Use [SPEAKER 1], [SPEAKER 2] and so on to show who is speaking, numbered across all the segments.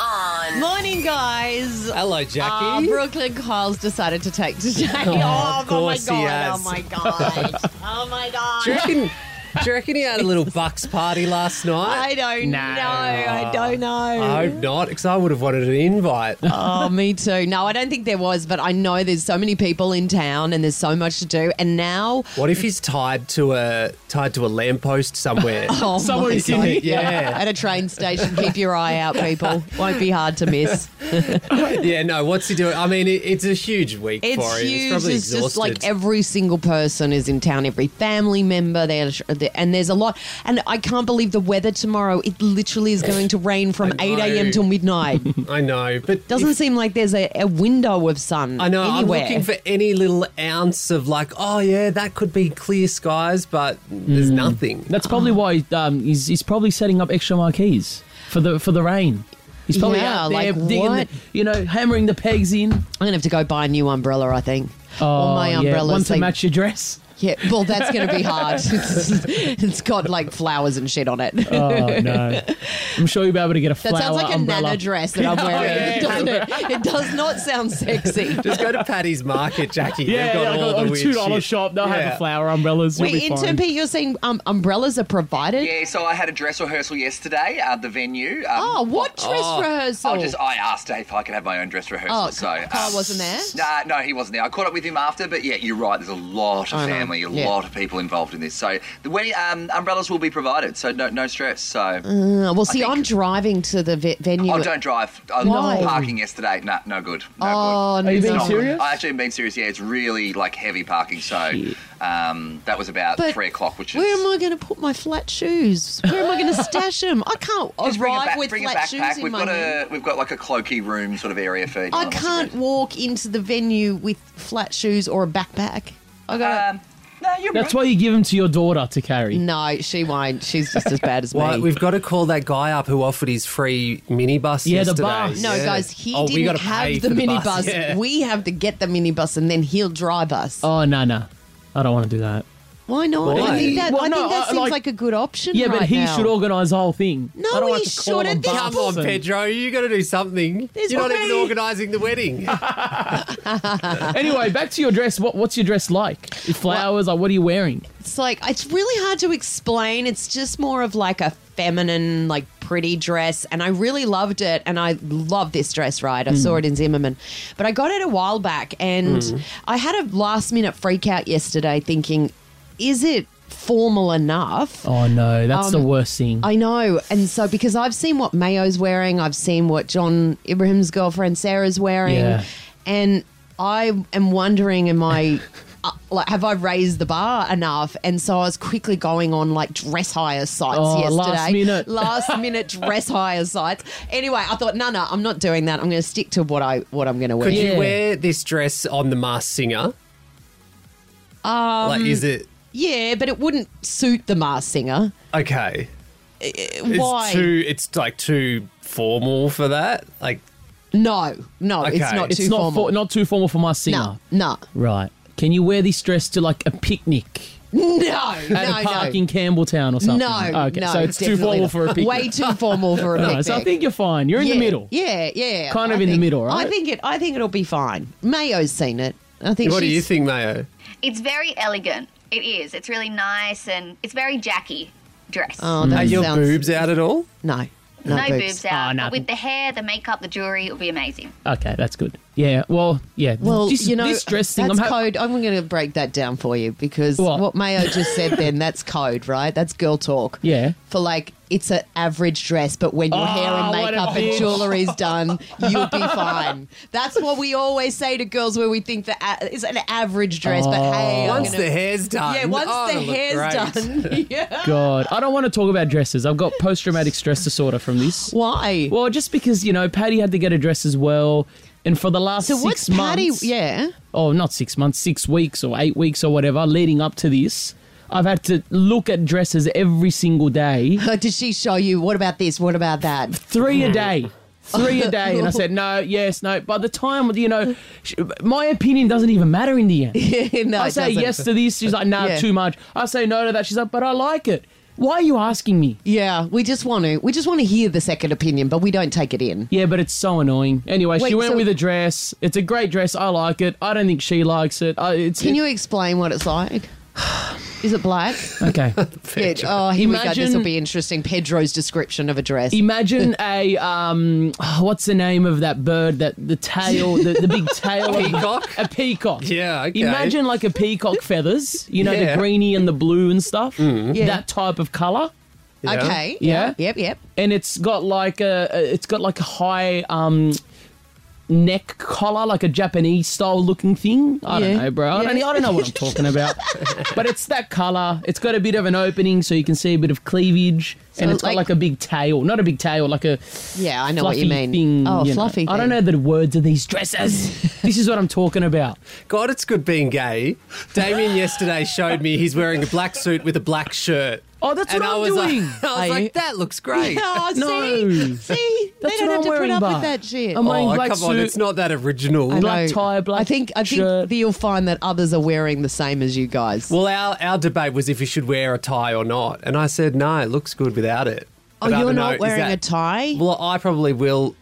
[SPEAKER 1] on.
[SPEAKER 2] Morning, guys.
[SPEAKER 3] Hello,
[SPEAKER 2] Uh,
[SPEAKER 3] Jackie.
[SPEAKER 2] Brooklyn Kyle's decided to take today off.
[SPEAKER 3] course
[SPEAKER 2] oh
[SPEAKER 3] he
[SPEAKER 2] my god!
[SPEAKER 3] has.
[SPEAKER 2] Oh my god! oh my
[SPEAKER 3] do, you
[SPEAKER 2] god!
[SPEAKER 3] reckon, do you reckon he had a little bucks party last night?
[SPEAKER 2] I don't
[SPEAKER 3] No.
[SPEAKER 2] know. I don't know.
[SPEAKER 3] I hope not, because I would have wanted an invite.
[SPEAKER 2] Oh, me too. No, I don't think there was, but I know there's so many people in town and there's so much to do. And now,
[SPEAKER 3] What if he's tied to a tied to a lamppost somewhere?
[SPEAKER 2] oh
[SPEAKER 4] Someone
[SPEAKER 2] my
[SPEAKER 4] in
[SPEAKER 2] God.
[SPEAKER 4] Sydney.
[SPEAKER 3] yeah,
[SPEAKER 2] At a train station, keep your eye out, people. Won't be hard to miss.
[SPEAKER 3] yeah. No, what's he doing? I mean, it, it's a huge week
[SPEAKER 2] It's
[SPEAKER 3] for him. He's
[SPEAKER 2] huge.
[SPEAKER 3] probably
[SPEAKER 2] It's just
[SPEAKER 3] exhausted.
[SPEAKER 2] like every single person is in town, every family member there, and there's a lot. And I can't believe the weather tomorrow. It literally is going to rain from
[SPEAKER 3] I
[SPEAKER 2] 8 a.m.
[SPEAKER 3] know.
[SPEAKER 2] till midnight.
[SPEAKER 3] I know, but
[SPEAKER 2] Doesn't
[SPEAKER 3] if-
[SPEAKER 2] seem like there's a, a window of sun
[SPEAKER 3] I know.
[SPEAKER 2] anywhere.
[SPEAKER 3] I'm looking for any little ounce of like, oh yeah, that could be clear skies, but there's
[SPEAKER 2] Hmm.
[SPEAKER 3] nothing.
[SPEAKER 4] That's probably why um, he's, he's probably setting up extra marquees for the for the rain. He's probably
[SPEAKER 2] Yeah,
[SPEAKER 4] out there
[SPEAKER 2] like
[SPEAKER 4] digging,
[SPEAKER 2] what?
[SPEAKER 4] The, you know, hammering the pegs in. Oh,
[SPEAKER 2] I'm gonna have to go buy a new umbrella, I think.
[SPEAKER 3] Oh,
[SPEAKER 2] or my
[SPEAKER 4] yeah,
[SPEAKER 2] umbrella.
[SPEAKER 4] one to match your dress.
[SPEAKER 2] Yeah, well, that's going to be hard. It's- it's got like flowers and shit on it.
[SPEAKER 4] Oh no! I'm sure you'll be able to get a
[SPEAKER 2] That
[SPEAKER 4] flower
[SPEAKER 2] sounds like a
[SPEAKER 4] umbrella.
[SPEAKER 2] nana dress that I'm wearing,
[SPEAKER 3] yeah.
[SPEAKER 2] doesn't it? It does not sound sexy.
[SPEAKER 3] Just go to Paddy's Market, Jackie.
[SPEAKER 4] Yeah,
[SPEAKER 3] They've got
[SPEAKER 4] yeah,
[SPEAKER 3] all
[SPEAKER 4] like a-
[SPEAKER 3] the
[SPEAKER 4] a
[SPEAKER 3] weird
[SPEAKER 4] two dollar
[SPEAKER 3] shit.
[SPEAKER 4] shop. They'll have
[SPEAKER 3] Yeah.
[SPEAKER 4] a flower umbrellas. You'll
[SPEAKER 2] Wait,
[SPEAKER 4] be fine.
[SPEAKER 2] intern Pete, you're saying um, umbrellas are provided?
[SPEAKER 5] Yeah, so I had a dress rehearsal yesterday at the venue. Um,
[SPEAKER 2] Oh, what dress
[SPEAKER 3] Oh.
[SPEAKER 2] rehearsal?
[SPEAKER 5] I just I asked if I could have my own dress rehearsal.
[SPEAKER 2] oh,
[SPEAKER 5] so
[SPEAKER 2] Carl
[SPEAKER 5] um,
[SPEAKER 2] wasn't there.
[SPEAKER 5] Nah, no, he wasn't there. I caught up with him after, but yeah, you're right. There's a lot of
[SPEAKER 2] I know,
[SPEAKER 5] family, a
[SPEAKER 2] yeah.
[SPEAKER 5] lot of people involved in this. So the when, um, umbrellas will be provided, so no, no stress. So
[SPEAKER 2] Uh, well, see,
[SPEAKER 5] think-
[SPEAKER 2] I'm driving to the ve- venue.
[SPEAKER 5] oh, don't drive. I
[SPEAKER 2] Why?
[SPEAKER 5] was parking yesterday. Nah, no good. No
[SPEAKER 2] Oh,
[SPEAKER 5] good.
[SPEAKER 2] Are you
[SPEAKER 5] It's
[SPEAKER 2] being
[SPEAKER 5] not good.
[SPEAKER 4] serious?
[SPEAKER 5] I actually am being serious. Yeah, it's really like heavy parking. So um, that was about
[SPEAKER 2] But
[SPEAKER 5] three o'clock, which is
[SPEAKER 2] Where am I going to put my flat shoes? Where am I going to stash them? I can't
[SPEAKER 5] Just bring a,
[SPEAKER 2] arrive
[SPEAKER 5] back,
[SPEAKER 2] with
[SPEAKER 5] bring a
[SPEAKER 2] flat shoes
[SPEAKER 5] backpack.
[SPEAKER 2] in
[SPEAKER 5] We've
[SPEAKER 2] my
[SPEAKER 5] got
[SPEAKER 2] hand.
[SPEAKER 5] a we've got like a cloaky room sort of area for.
[SPEAKER 2] I
[SPEAKER 5] anyone
[SPEAKER 2] can't
[SPEAKER 5] that's-
[SPEAKER 2] walk into the venue with flat shoes or a backpack. I got
[SPEAKER 5] Um, no, you're
[SPEAKER 4] That's
[SPEAKER 5] right.
[SPEAKER 4] why you give them to your daughter to carry.
[SPEAKER 2] no. She won't. She's just as bad as me.
[SPEAKER 3] Well, we've got to call that guy up who offered his free minibus
[SPEAKER 4] Yeah, the
[SPEAKER 3] yesterday.
[SPEAKER 4] bus.
[SPEAKER 2] no,
[SPEAKER 3] Yeah.
[SPEAKER 2] guys, he
[SPEAKER 3] Oh, we
[SPEAKER 2] didn't
[SPEAKER 3] gotta pay
[SPEAKER 2] have
[SPEAKER 3] for
[SPEAKER 2] the minibus.
[SPEAKER 3] bus. Yeah.
[SPEAKER 2] We have to get the minibus, and then he'll drive us.
[SPEAKER 4] Oh no no! I don't want to do that.
[SPEAKER 2] Why not? I
[SPEAKER 3] Why?
[SPEAKER 2] think that,
[SPEAKER 4] Well,
[SPEAKER 2] I think
[SPEAKER 4] no,
[SPEAKER 2] that
[SPEAKER 4] I-
[SPEAKER 2] seems like,
[SPEAKER 4] like-
[SPEAKER 2] a good option.
[SPEAKER 4] Yeah, but
[SPEAKER 2] right
[SPEAKER 4] he
[SPEAKER 2] now.
[SPEAKER 4] should organise the whole thing.
[SPEAKER 2] No,
[SPEAKER 4] I don't want
[SPEAKER 2] he
[SPEAKER 4] to call
[SPEAKER 2] shouldn't.
[SPEAKER 4] him
[SPEAKER 2] This
[SPEAKER 4] Bart's
[SPEAKER 3] Come on,
[SPEAKER 4] and-
[SPEAKER 3] Pedro, you got to do something.
[SPEAKER 2] There's
[SPEAKER 3] You're not
[SPEAKER 2] already-
[SPEAKER 3] even organising the wedding.
[SPEAKER 4] Anyway, back to your dress. What, what's your dress like? Flowers? Like, what are you wearing?
[SPEAKER 2] It's like it's really hard to explain. It's just more of like a feminine, like pretty dress, and I really loved it. And I love this dress, right? I saw it in Zimmerman, but I got it a while back, and I had a last minute freak out yesterday, thinking, is it formal enough?
[SPEAKER 4] Oh no, that's
[SPEAKER 2] Um,
[SPEAKER 4] the worst thing.
[SPEAKER 2] I know. And so, because I've seen what Mayo's wearing, I've seen what John Ibrahim's girlfriend Sarah's wearing,
[SPEAKER 4] Yeah.
[SPEAKER 2] and I am wondering, am I. uh, Like, have I raised the bar enough? And so I was quickly going on like dress hire sites
[SPEAKER 4] Oh,
[SPEAKER 2] yesterday.
[SPEAKER 4] last minute.
[SPEAKER 2] Last minute dress hire sites. Anyway, I thought, no, no, I'm not doing that. I'm going to stick to what I what I'm going to wear.
[SPEAKER 3] Could
[SPEAKER 4] Yeah.
[SPEAKER 3] you wear this dress on The Masked Singer? Um, like, is it
[SPEAKER 2] yeah, but it wouldn't suit the Mars singer. Uh,
[SPEAKER 3] okay? It's
[SPEAKER 2] Why?
[SPEAKER 3] too. It's like too formal for that. Like,
[SPEAKER 2] no, no, it's
[SPEAKER 3] Okay.
[SPEAKER 2] not
[SPEAKER 4] it's
[SPEAKER 2] too
[SPEAKER 4] not
[SPEAKER 2] formal.
[SPEAKER 4] For, not too formal for my singer.
[SPEAKER 2] no, no,
[SPEAKER 4] Right? Can you wear this dress to like a picnic
[SPEAKER 2] no,
[SPEAKER 4] at
[SPEAKER 2] no,
[SPEAKER 4] a
[SPEAKER 2] no.
[SPEAKER 4] park in Campbelltown or something?
[SPEAKER 2] No,
[SPEAKER 4] Okay,
[SPEAKER 2] no,
[SPEAKER 4] so it's too
[SPEAKER 2] definitely
[SPEAKER 4] formal
[SPEAKER 2] not.
[SPEAKER 4] for a picnic.
[SPEAKER 2] Way too formal for a
[SPEAKER 4] No,
[SPEAKER 2] picnic.
[SPEAKER 4] so I think you're fine. You're in
[SPEAKER 2] Yeah,
[SPEAKER 4] the middle.
[SPEAKER 2] Yeah, yeah,
[SPEAKER 4] Kind of
[SPEAKER 2] I
[SPEAKER 4] in the
[SPEAKER 2] think-
[SPEAKER 4] middle, right?
[SPEAKER 2] I think it. I think it'll be fine. Mayo's seen it. I think.
[SPEAKER 3] what do you
[SPEAKER 2] she's-
[SPEAKER 3] think, Mayo?
[SPEAKER 6] It's very elegant. It is. It's really nice and it's very Jackie dress.
[SPEAKER 2] Oh, that
[SPEAKER 3] Are your
[SPEAKER 2] sounds-
[SPEAKER 3] boobs out at all?
[SPEAKER 2] No, no,
[SPEAKER 6] no boobs, out.
[SPEAKER 4] Oh, no.
[SPEAKER 6] But with the hair, the makeup, the jewelry, it'll be amazing.
[SPEAKER 4] Okay, that's good. Yeah. Well, yeah.
[SPEAKER 2] Well,
[SPEAKER 4] this,
[SPEAKER 2] you know,
[SPEAKER 4] this dress thing.
[SPEAKER 2] That's
[SPEAKER 4] I'm ha-
[SPEAKER 2] code. I'm going to break that down for you because what,
[SPEAKER 4] What?
[SPEAKER 2] Mayo just said. Then that's code, right? That's girl talk.
[SPEAKER 4] Yeah. Ah,
[SPEAKER 2] For like, it's an average dress, but when your hair and
[SPEAKER 4] what a
[SPEAKER 2] makeup and
[SPEAKER 4] bitch.
[SPEAKER 2] jewelry is done, you'll be fine. That's what we always say to girls where we think that a- it's an average dress, but hey,
[SPEAKER 4] Oh.
[SPEAKER 2] I'm
[SPEAKER 3] Once
[SPEAKER 2] gonna-
[SPEAKER 3] the hair's done.
[SPEAKER 2] Yeah, once
[SPEAKER 3] oh,
[SPEAKER 2] the
[SPEAKER 3] it'll look
[SPEAKER 2] hair's
[SPEAKER 3] great.
[SPEAKER 2] done. yeah.
[SPEAKER 4] God, I don't want to talk about dresses. I've got post traumatic stress disorder from this.
[SPEAKER 2] Why?
[SPEAKER 4] Well, just because you know Patty had to get a dress as well, and for the last
[SPEAKER 2] so what's
[SPEAKER 4] six
[SPEAKER 2] Patty?
[SPEAKER 4] months,
[SPEAKER 2] Yeah.
[SPEAKER 4] oh, not six months, six weeks or eight weeks or whatever, leading up to this, I've had to look at dresses every single day,
[SPEAKER 2] But did she show you? What about this? What about that?
[SPEAKER 4] three a day. Three a day, and I said no, yes, no. By the time you know, sh- my opinion doesn't even matter in the end.
[SPEAKER 2] no,
[SPEAKER 4] I
[SPEAKER 2] it
[SPEAKER 4] say
[SPEAKER 2] doesn't.
[SPEAKER 4] yes to this, she's like, nah,
[SPEAKER 2] Yeah.
[SPEAKER 4] too much. I say no to that, she's like, but I like it. Why are you asking me?
[SPEAKER 2] Yeah, we just want to. We just want to hear the second opinion, but we don't take it in.
[SPEAKER 4] Yeah, but it's so annoying. Anyway,
[SPEAKER 2] Wait,
[SPEAKER 4] she went
[SPEAKER 2] so-
[SPEAKER 4] with a dress. It's a great dress. I like it. I don't think she likes it. I it's
[SPEAKER 2] Can you explain what it's like? Is it black?
[SPEAKER 4] okay?
[SPEAKER 2] Yeah, oh, here we go. This will
[SPEAKER 4] Imagine-
[SPEAKER 2] be interesting. Pedro's description of a dress.
[SPEAKER 4] Imagine a um, what's the name of that bird that the tail, the, the big tail, of-
[SPEAKER 3] Peacock?
[SPEAKER 4] a peacock.
[SPEAKER 3] Yeah, okay.
[SPEAKER 4] Imagine like a peacock feathers. You know
[SPEAKER 3] Yeah. Mm.
[SPEAKER 4] the greeny and the blue and stuff.
[SPEAKER 2] Yeah.
[SPEAKER 4] That type of color.
[SPEAKER 3] Yeah.
[SPEAKER 2] Okay.
[SPEAKER 4] Yeah.
[SPEAKER 2] Yep. Yep.
[SPEAKER 4] and it's got like a a- it's got like a high um neck collar like a japanese style looking thing i
[SPEAKER 2] Yeah.
[SPEAKER 4] don't know bro I, don't, e, I don't know what i'm talking about but it's that color it's got a bit of an opening so you can see a bit of cleavage and
[SPEAKER 2] So,
[SPEAKER 4] it's
[SPEAKER 2] like-
[SPEAKER 4] got like a big tail not a big tail like a
[SPEAKER 2] Yeah, I know what
[SPEAKER 4] fluffy
[SPEAKER 2] you mean.
[SPEAKER 4] thing
[SPEAKER 2] oh,
[SPEAKER 4] you know.
[SPEAKER 2] fluffy.
[SPEAKER 4] i don't know
[SPEAKER 2] thing.
[SPEAKER 4] the words of these dresses this is what i'm talking about
[SPEAKER 3] God, it's good being gay. Damien yesterday showed me he's wearing a black suit with a black shirt.
[SPEAKER 4] oh that's
[SPEAKER 3] and
[SPEAKER 4] what
[SPEAKER 3] I
[SPEAKER 4] i'm
[SPEAKER 3] was
[SPEAKER 4] doing
[SPEAKER 3] like, I was
[SPEAKER 2] Are you-
[SPEAKER 3] like, that looks great.
[SPEAKER 2] Oh, see,
[SPEAKER 4] No.
[SPEAKER 2] see, they
[SPEAKER 4] That's
[SPEAKER 2] don't have
[SPEAKER 4] what I'm
[SPEAKER 2] to put
[SPEAKER 4] wearing,
[SPEAKER 2] up with
[SPEAKER 4] Bart.
[SPEAKER 2] that shit.
[SPEAKER 4] I'm wearing
[SPEAKER 3] Oh,
[SPEAKER 4] black
[SPEAKER 3] come on,
[SPEAKER 4] suit.
[SPEAKER 3] it's not that original.
[SPEAKER 2] I
[SPEAKER 4] black
[SPEAKER 2] know.
[SPEAKER 4] tie, black
[SPEAKER 2] I think I think
[SPEAKER 4] shirt.
[SPEAKER 2] that you'll find that others are wearing the same as you guys.
[SPEAKER 3] Well, our, our debate was if you should wear a tie or not. And I said, no, it looks good without it.
[SPEAKER 2] oh,
[SPEAKER 3] But I
[SPEAKER 2] you're
[SPEAKER 3] don't know,
[SPEAKER 2] not
[SPEAKER 3] is
[SPEAKER 2] wearing
[SPEAKER 3] that-
[SPEAKER 2] a tie.
[SPEAKER 4] Mm.
[SPEAKER 3] Well, I probably will.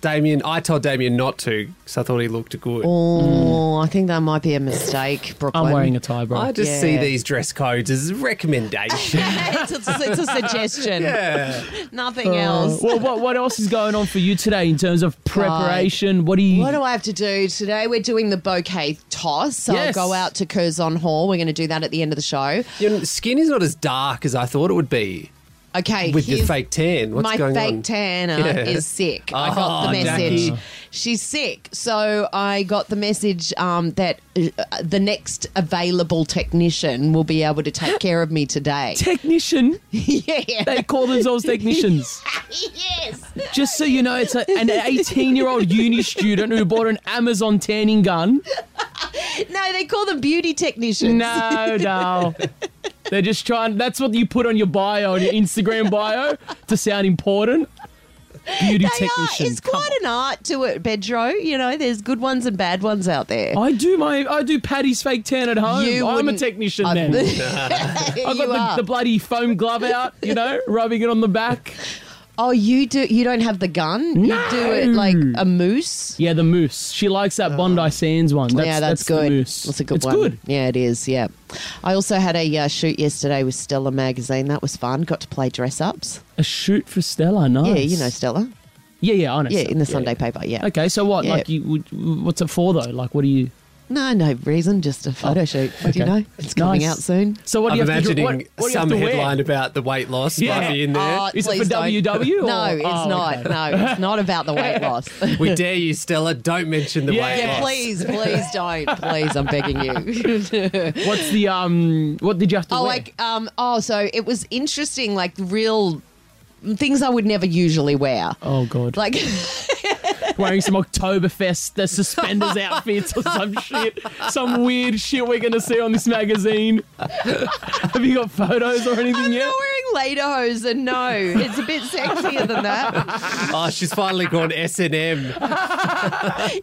[SPEAKER 3] Damien, I told Damien not to because I thought he looked good.
[SPEAKER 2] oh, I think that might be a mistake, Brooklyn.
[SPEAKER 4] i'm wearing a tie bro
[SPEAKER 3] I just see
[SPEAKER 2] yeah.
[SPEAKER 3] these dress codes as recommendations.
[SPEAKER 2] it's, a, it's a suggestion.
[SPEAKER 3] yeah. Oh.
[SPEAKER 2] Nothing
[SPEAKER 4] Uh,
[SPEAKER 2] else.
[SPEAKER 4] well, what, what else is going on for you today in terms of preparation? What do you?
[SPEAKER 2] What do I have to do today? We're doing the bouquet toss. So
[SPEAKER 4] Yes.
[SPEAKER 2] I'll go out to Curzon Hall. We're going to do that at the end of the show.
[SPEAKER 3] Your skin is not as dark as I thought it would be
[SPEAKER 2] Okay,
[SPEAKER 3] with your
[SPEAKER 2] here's-
[SPEAKER 3] fake tan. What's
[SPEAKER 2] my
[SPEAKER 3] going
[SPEAKER 2] fake
[SPEAKER 3] on?
[SPEAKER 2] tanner
[SPEAKER 3] Yeah.
[SPEAKER 2] is sick. I got
[SPEAKER 3] Oh,
[SPEAKER 2] the message.
[SPEAKER 3] Jackie.
[SPEAKER 2] She's sick. So I got the message um, that uh, the next available technician will be able to take care of me today.
[SPEAKER 4] Technician.
[SPEAKER 2] yeah.
[SPEAKER 4] They call themselves technicians.
[SPEAKER 6] yes.
[SPEAKER 4] Just so you know, it's a, an 18-year-old uni student who bought an Amazon tanning gun.
[SPEAKER 2] No, they call them beauty technicians.
[SPEAKER 4] No, no. They're just trying. That's what you put on your bio, on your Instagram bio, to sound important. Beauty
[SPEAKER 2] They are.
[SPEAKER 4] technician.
[SPEAKER 2] It's
[SPEAKER 4] come
[SPEAKER 2] quite an art to it, Pedro. You know, there's good ones and bad ones out there.
[SPEAKER 4] on. I do my. I do Patty's fake tan at home.
[SPEAKER 2] You
[SPEAKER 4] I'm a
[SPEAKER 2] wouldn't-
[SPEAKER 4] technician
[SPEAKER 2] I-
[SPEAKER 4] then. I've
[SPEAKER 2] You
[SPEAKER 4] got
[SPEAKER 2] are.
[SPEAKER 4] the, the bloody foam glove out, you know, rubbing it on the back.
[SPEAKER 2] oh, you do. You don't have the gun. You do it like a moose.
[SPEAKER 4] Yeah, the moose. She likes that Bondi Sands one. That's,
[SPEAKER 2] Oh. yeah, that's,
[SPEAKER 4] the
[SPEAKER 2] good.
[SPEAKER 4] moose.
[SPEAKER 2] That's a good
[SPEAKER 4] it's
[SPEAKER 2] one.
[SPEAKER 4] good.
[SPEAKER 2] Yeah, it is. Yeah, I also had a uh, shoot yesterday with Stella magazine. That was fun. Got to play dress ups.
[SPEAKER 4] A shoot for Stella. Nice.
[SPEAKER 2] Yeah, you know Stella.
[SPEAKER 4] Yeah, yeah, I know.
[SPEAKER 2] Yeah,
[SPEAKER 4] Stella.
[SPEAKER 2] in the Sunday paper. Yeah.
[SPEAKER 4] Okay, so what?
[SPEAKER 2] Yeah.
[SPEAKER 4] Like, you, would, what's it for though? Like, what do you?
[SPEAKER 2] No, no reason. Just a photo shoot. Do you
[SPEAKER 4] Oh, okay.
[SPEAKER 2] know? It's coming
[SPEAKER 4] Nice.
[SPEAKER 2] out soon.
[SPEAKER 4] So what
[SPEAKER 3] I'm
[SPEAKER 4] do you have
[SPEAKER 3] imagining
[SPEAKER 4] to do? What, what do you
[SPEAKER 3] some
[SPEAKER 4] have to wear?
[SPEAKER 3] headline about the weight loss
[SPEAKER 4] Yeah.
[SPEAKER 3] might be in there.
[SPEAKER 2] Oh,
[SPEAKER 4] Is it for
[SPEAKER 2] please don't.
[SPEAKER 4] WW or-
[SPEAKER 2] No, it's
[SPEAKER 4] Oh,
[SPEAKER 2] not.
[SPEAKER 4] okay.
[SPEAKER 2] No, it's not about the weight loss.
[SPEAKER 3] we dare you, Stella. Don't mention the
[SPEAKER 4] Yeah,
[SPEAKER 3] weight
[SPEAKER 2] yeah,
[SPEAKER 3] loss.
[SPEAKER 2] please, please don't. Please, I'm begging you.
[SPEAKER 4] What's the um? What did you have to
[SPEAKER 2] Oh,
[SPEAKER 4] wear?
[SPEAKER 2] like um. Oh, so it was interesting. Like real things I would never usually wear.
[SPEAKER 4] oh god,
[SPEAKER 2] Like
[SPEAKER 4] wearing some Oktoberfest the suspenders outfits or some shit, some weird shit we're gonna see on this magazine. have you got photos or anything
[SPEAKER 2] I'm
[SPEAKER 4] yet?
[SPEAKER 2] not wearing lederhosen. No, it's a bit sexier than that.
[SPEAKER 3] Oh, she's finally gone S and M.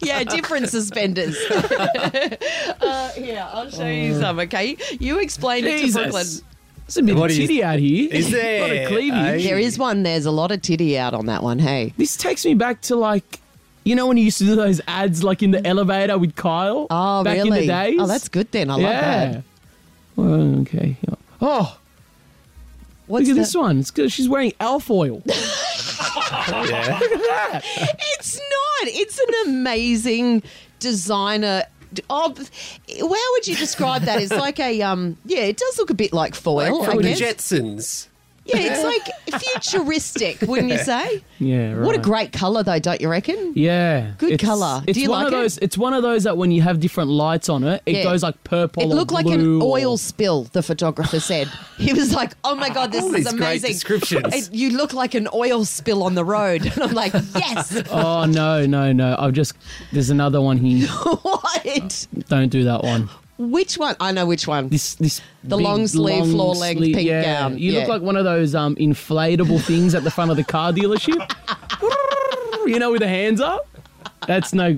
[SPEAKER 2] Yeah, different suspenders. uh, here, I'll show you some. Okay, you explain it to Brooklyn.
[SPEAKER 4] Oh. Jesus, it's a bit
[SPEAKER 3] What
[SPEAKER 4] of
[SPEAKER 3] is-
[SPEAKER 4] titty out here.
[SPEAKER 3] is
[SPEAKER 4] A lot
[SPEAKER 3] there,
[SPEAKER 4] of cleavage.
[SPEAKER 3] eh?
[SPEAKER 2] There is one. There's a lot of titty out on that one. Hey.
[SPEAKER 4] This takes me back to like, you know, when you used to do those ads like in the elevator with Kyle.
[SPEAKER 2] Oh,
[SPEAKER 4] back
[SPEAKER 2] really?
[SPEAKER 4] in the days.
[SPEAKER 2] Oh, that's good then. I
[SPEAKER 4] yeah.
[SPEAKER 2] love that.
[SPEAKER 4] Well, okay. yeah. Oh,
[SPEAKER 2] What's
[SPEAKER 4] look at
[SPEAKER 2] that?
[SPEAKER 4] this one. It's good. She's wearing elf oil.
[SPEAKER 3] Yeah.
[SPEAKER 2] It's not. It's an amazing designer. Oh, how would you describe that? It's like a um. Yeah, it does look a bit like foil.
[SPEAKER 3] From
[SPEAKER 2] I
[SPEAKER 3] the
[SPEAKER 2] guess.
[SPEAKER 3] Jetsons.
[SPEAKER 2] Yeah, it's like futuristic, wouldn't you say?
[SPEAKER 4] yeah. Right.
[SPEAKER 2] What a great color, though, don't you reckon?
[SPEAKER 4] Yeah.
[SPEAKER 2] Good
[SPEAKER 4] It's-
[SPEAKER 2] colour.
[SPEAKER 4] It's
[SPEAKER 2] Do you
[SPEAKER 4] one
[SPEAKER 2] like
[SPEAKER 4] of
[SPEAKER 2] it?
[SPEAKER 4] those. It's one of those that when you have different lights on it, it
[SPEAKER 2] Yeah.
[SPEAKER 4] goes like purple.
[SPEAKER 2] It
[SPEAKER 4] or
[SPEAKER 2] looked like an
[SPEAKER 4] blue or-
[SPEAKER 2] oil spill, the photographer said. He was like, oh my God, this
[SPEAKER 3] All
[SPEAKER 2] is
[SPEAKER 3] these great
[SPEAKER 2] amazing.
[SPEAKER 3] descriptions.
[SPEAKER 2] It- you look like an oil spill on the road. And I'm like, yes,
[SPEAKER 4] Oh no no no! I've just there's another one here.
[SPEAKER 2] what?
[SPEAKER 4] Don't do that one.
[SPEAKER 2] Which one? I know which one.
[SPEAKER 4] This this
[SPEAKER 2] The long sleeve, floor-length
[SPEAKER 4] sleeve-
[SPEAKER 2] pink
[SPEAKER 4] yeah.
[SPEAKER 2] gown.
[SPEAKER 4] You
[SPEAKER 2] Yeah.
[SPEAKER 4] look like one of those um, inflatable things at the front of the car dealership. you know, with the hands up. That's no.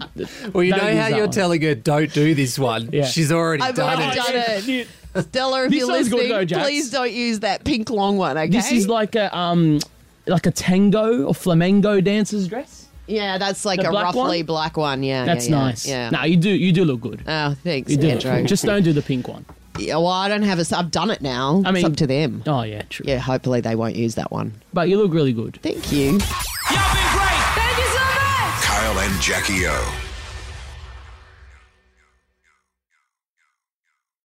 [SPEAKER 3] Well, you
[SPEAKER 4] don't
[SPEAKER 3] know
[SPEAKER 4] use
[SPEAKER 3] how
[SPEAKER 4] that
[SPEAKER 3] you're
[SPEAKER 4] one.
[SPEAKER 3] telling her, don't do this one.
[SPEAKER 4] Yeah.
[SPEAKER 3] She's already
[SPEAKER 2] I've
[SPEAKER 3] done
[SPEAKER 2] already
[SPEAKER 3] it.
[SPEAKER 2] done it.
[SPEAKER 4] Shit.
[SPEAKER 2] Stella, if
[SPEAKER 4] This
[SPEAKER 2] you're
[SPEAKER 4] sounds good
[SPEAKER 2] listening,
[SPEAKER 4] though, Jax.
[SPEAKER 2] please don't use that pink long one, okay?
[SPEAKER 4] This is like a um, like a tango or flamenco dancer's dress.
[SPEAKER 2] yeah, that's like
[SPEAKER 4] the
[SPEAKER 2] a
[SPEAKER 4] black
[SPEAKER 2] roughly
[SPEAKER 4] one?
[SPEAKER 2] black one. Yeah,
[SPEAKER 4] That's
[SPEAKER 2] yeah, yeah,
[SPEAKER 4] nice.
[SPEAKER 2] Yeah.
[SPEAKER 4] No, you do you do look good.
[SPEAKER 2] Oh, thanks,
[SPEAKER 4] You do.
[SPEAKER 2] Andrew.
[SPEAKER 4] Just don't do the pink one.
[SPEAKER 2] Yeah, well, I don't have a. I've done it now.
[SPEAKER 4] I mean-
[SPEAKER 2] it's up to them.
[SPEAKER 4] Oh yeah, true.
[SPEAKER 2] Yeah, hopefully they won't use that one.
[SPEAKER 4] But you look really good.
[SPEAKER 2] Thank you.
[SPEAKER 1] Kyle and Jackie O.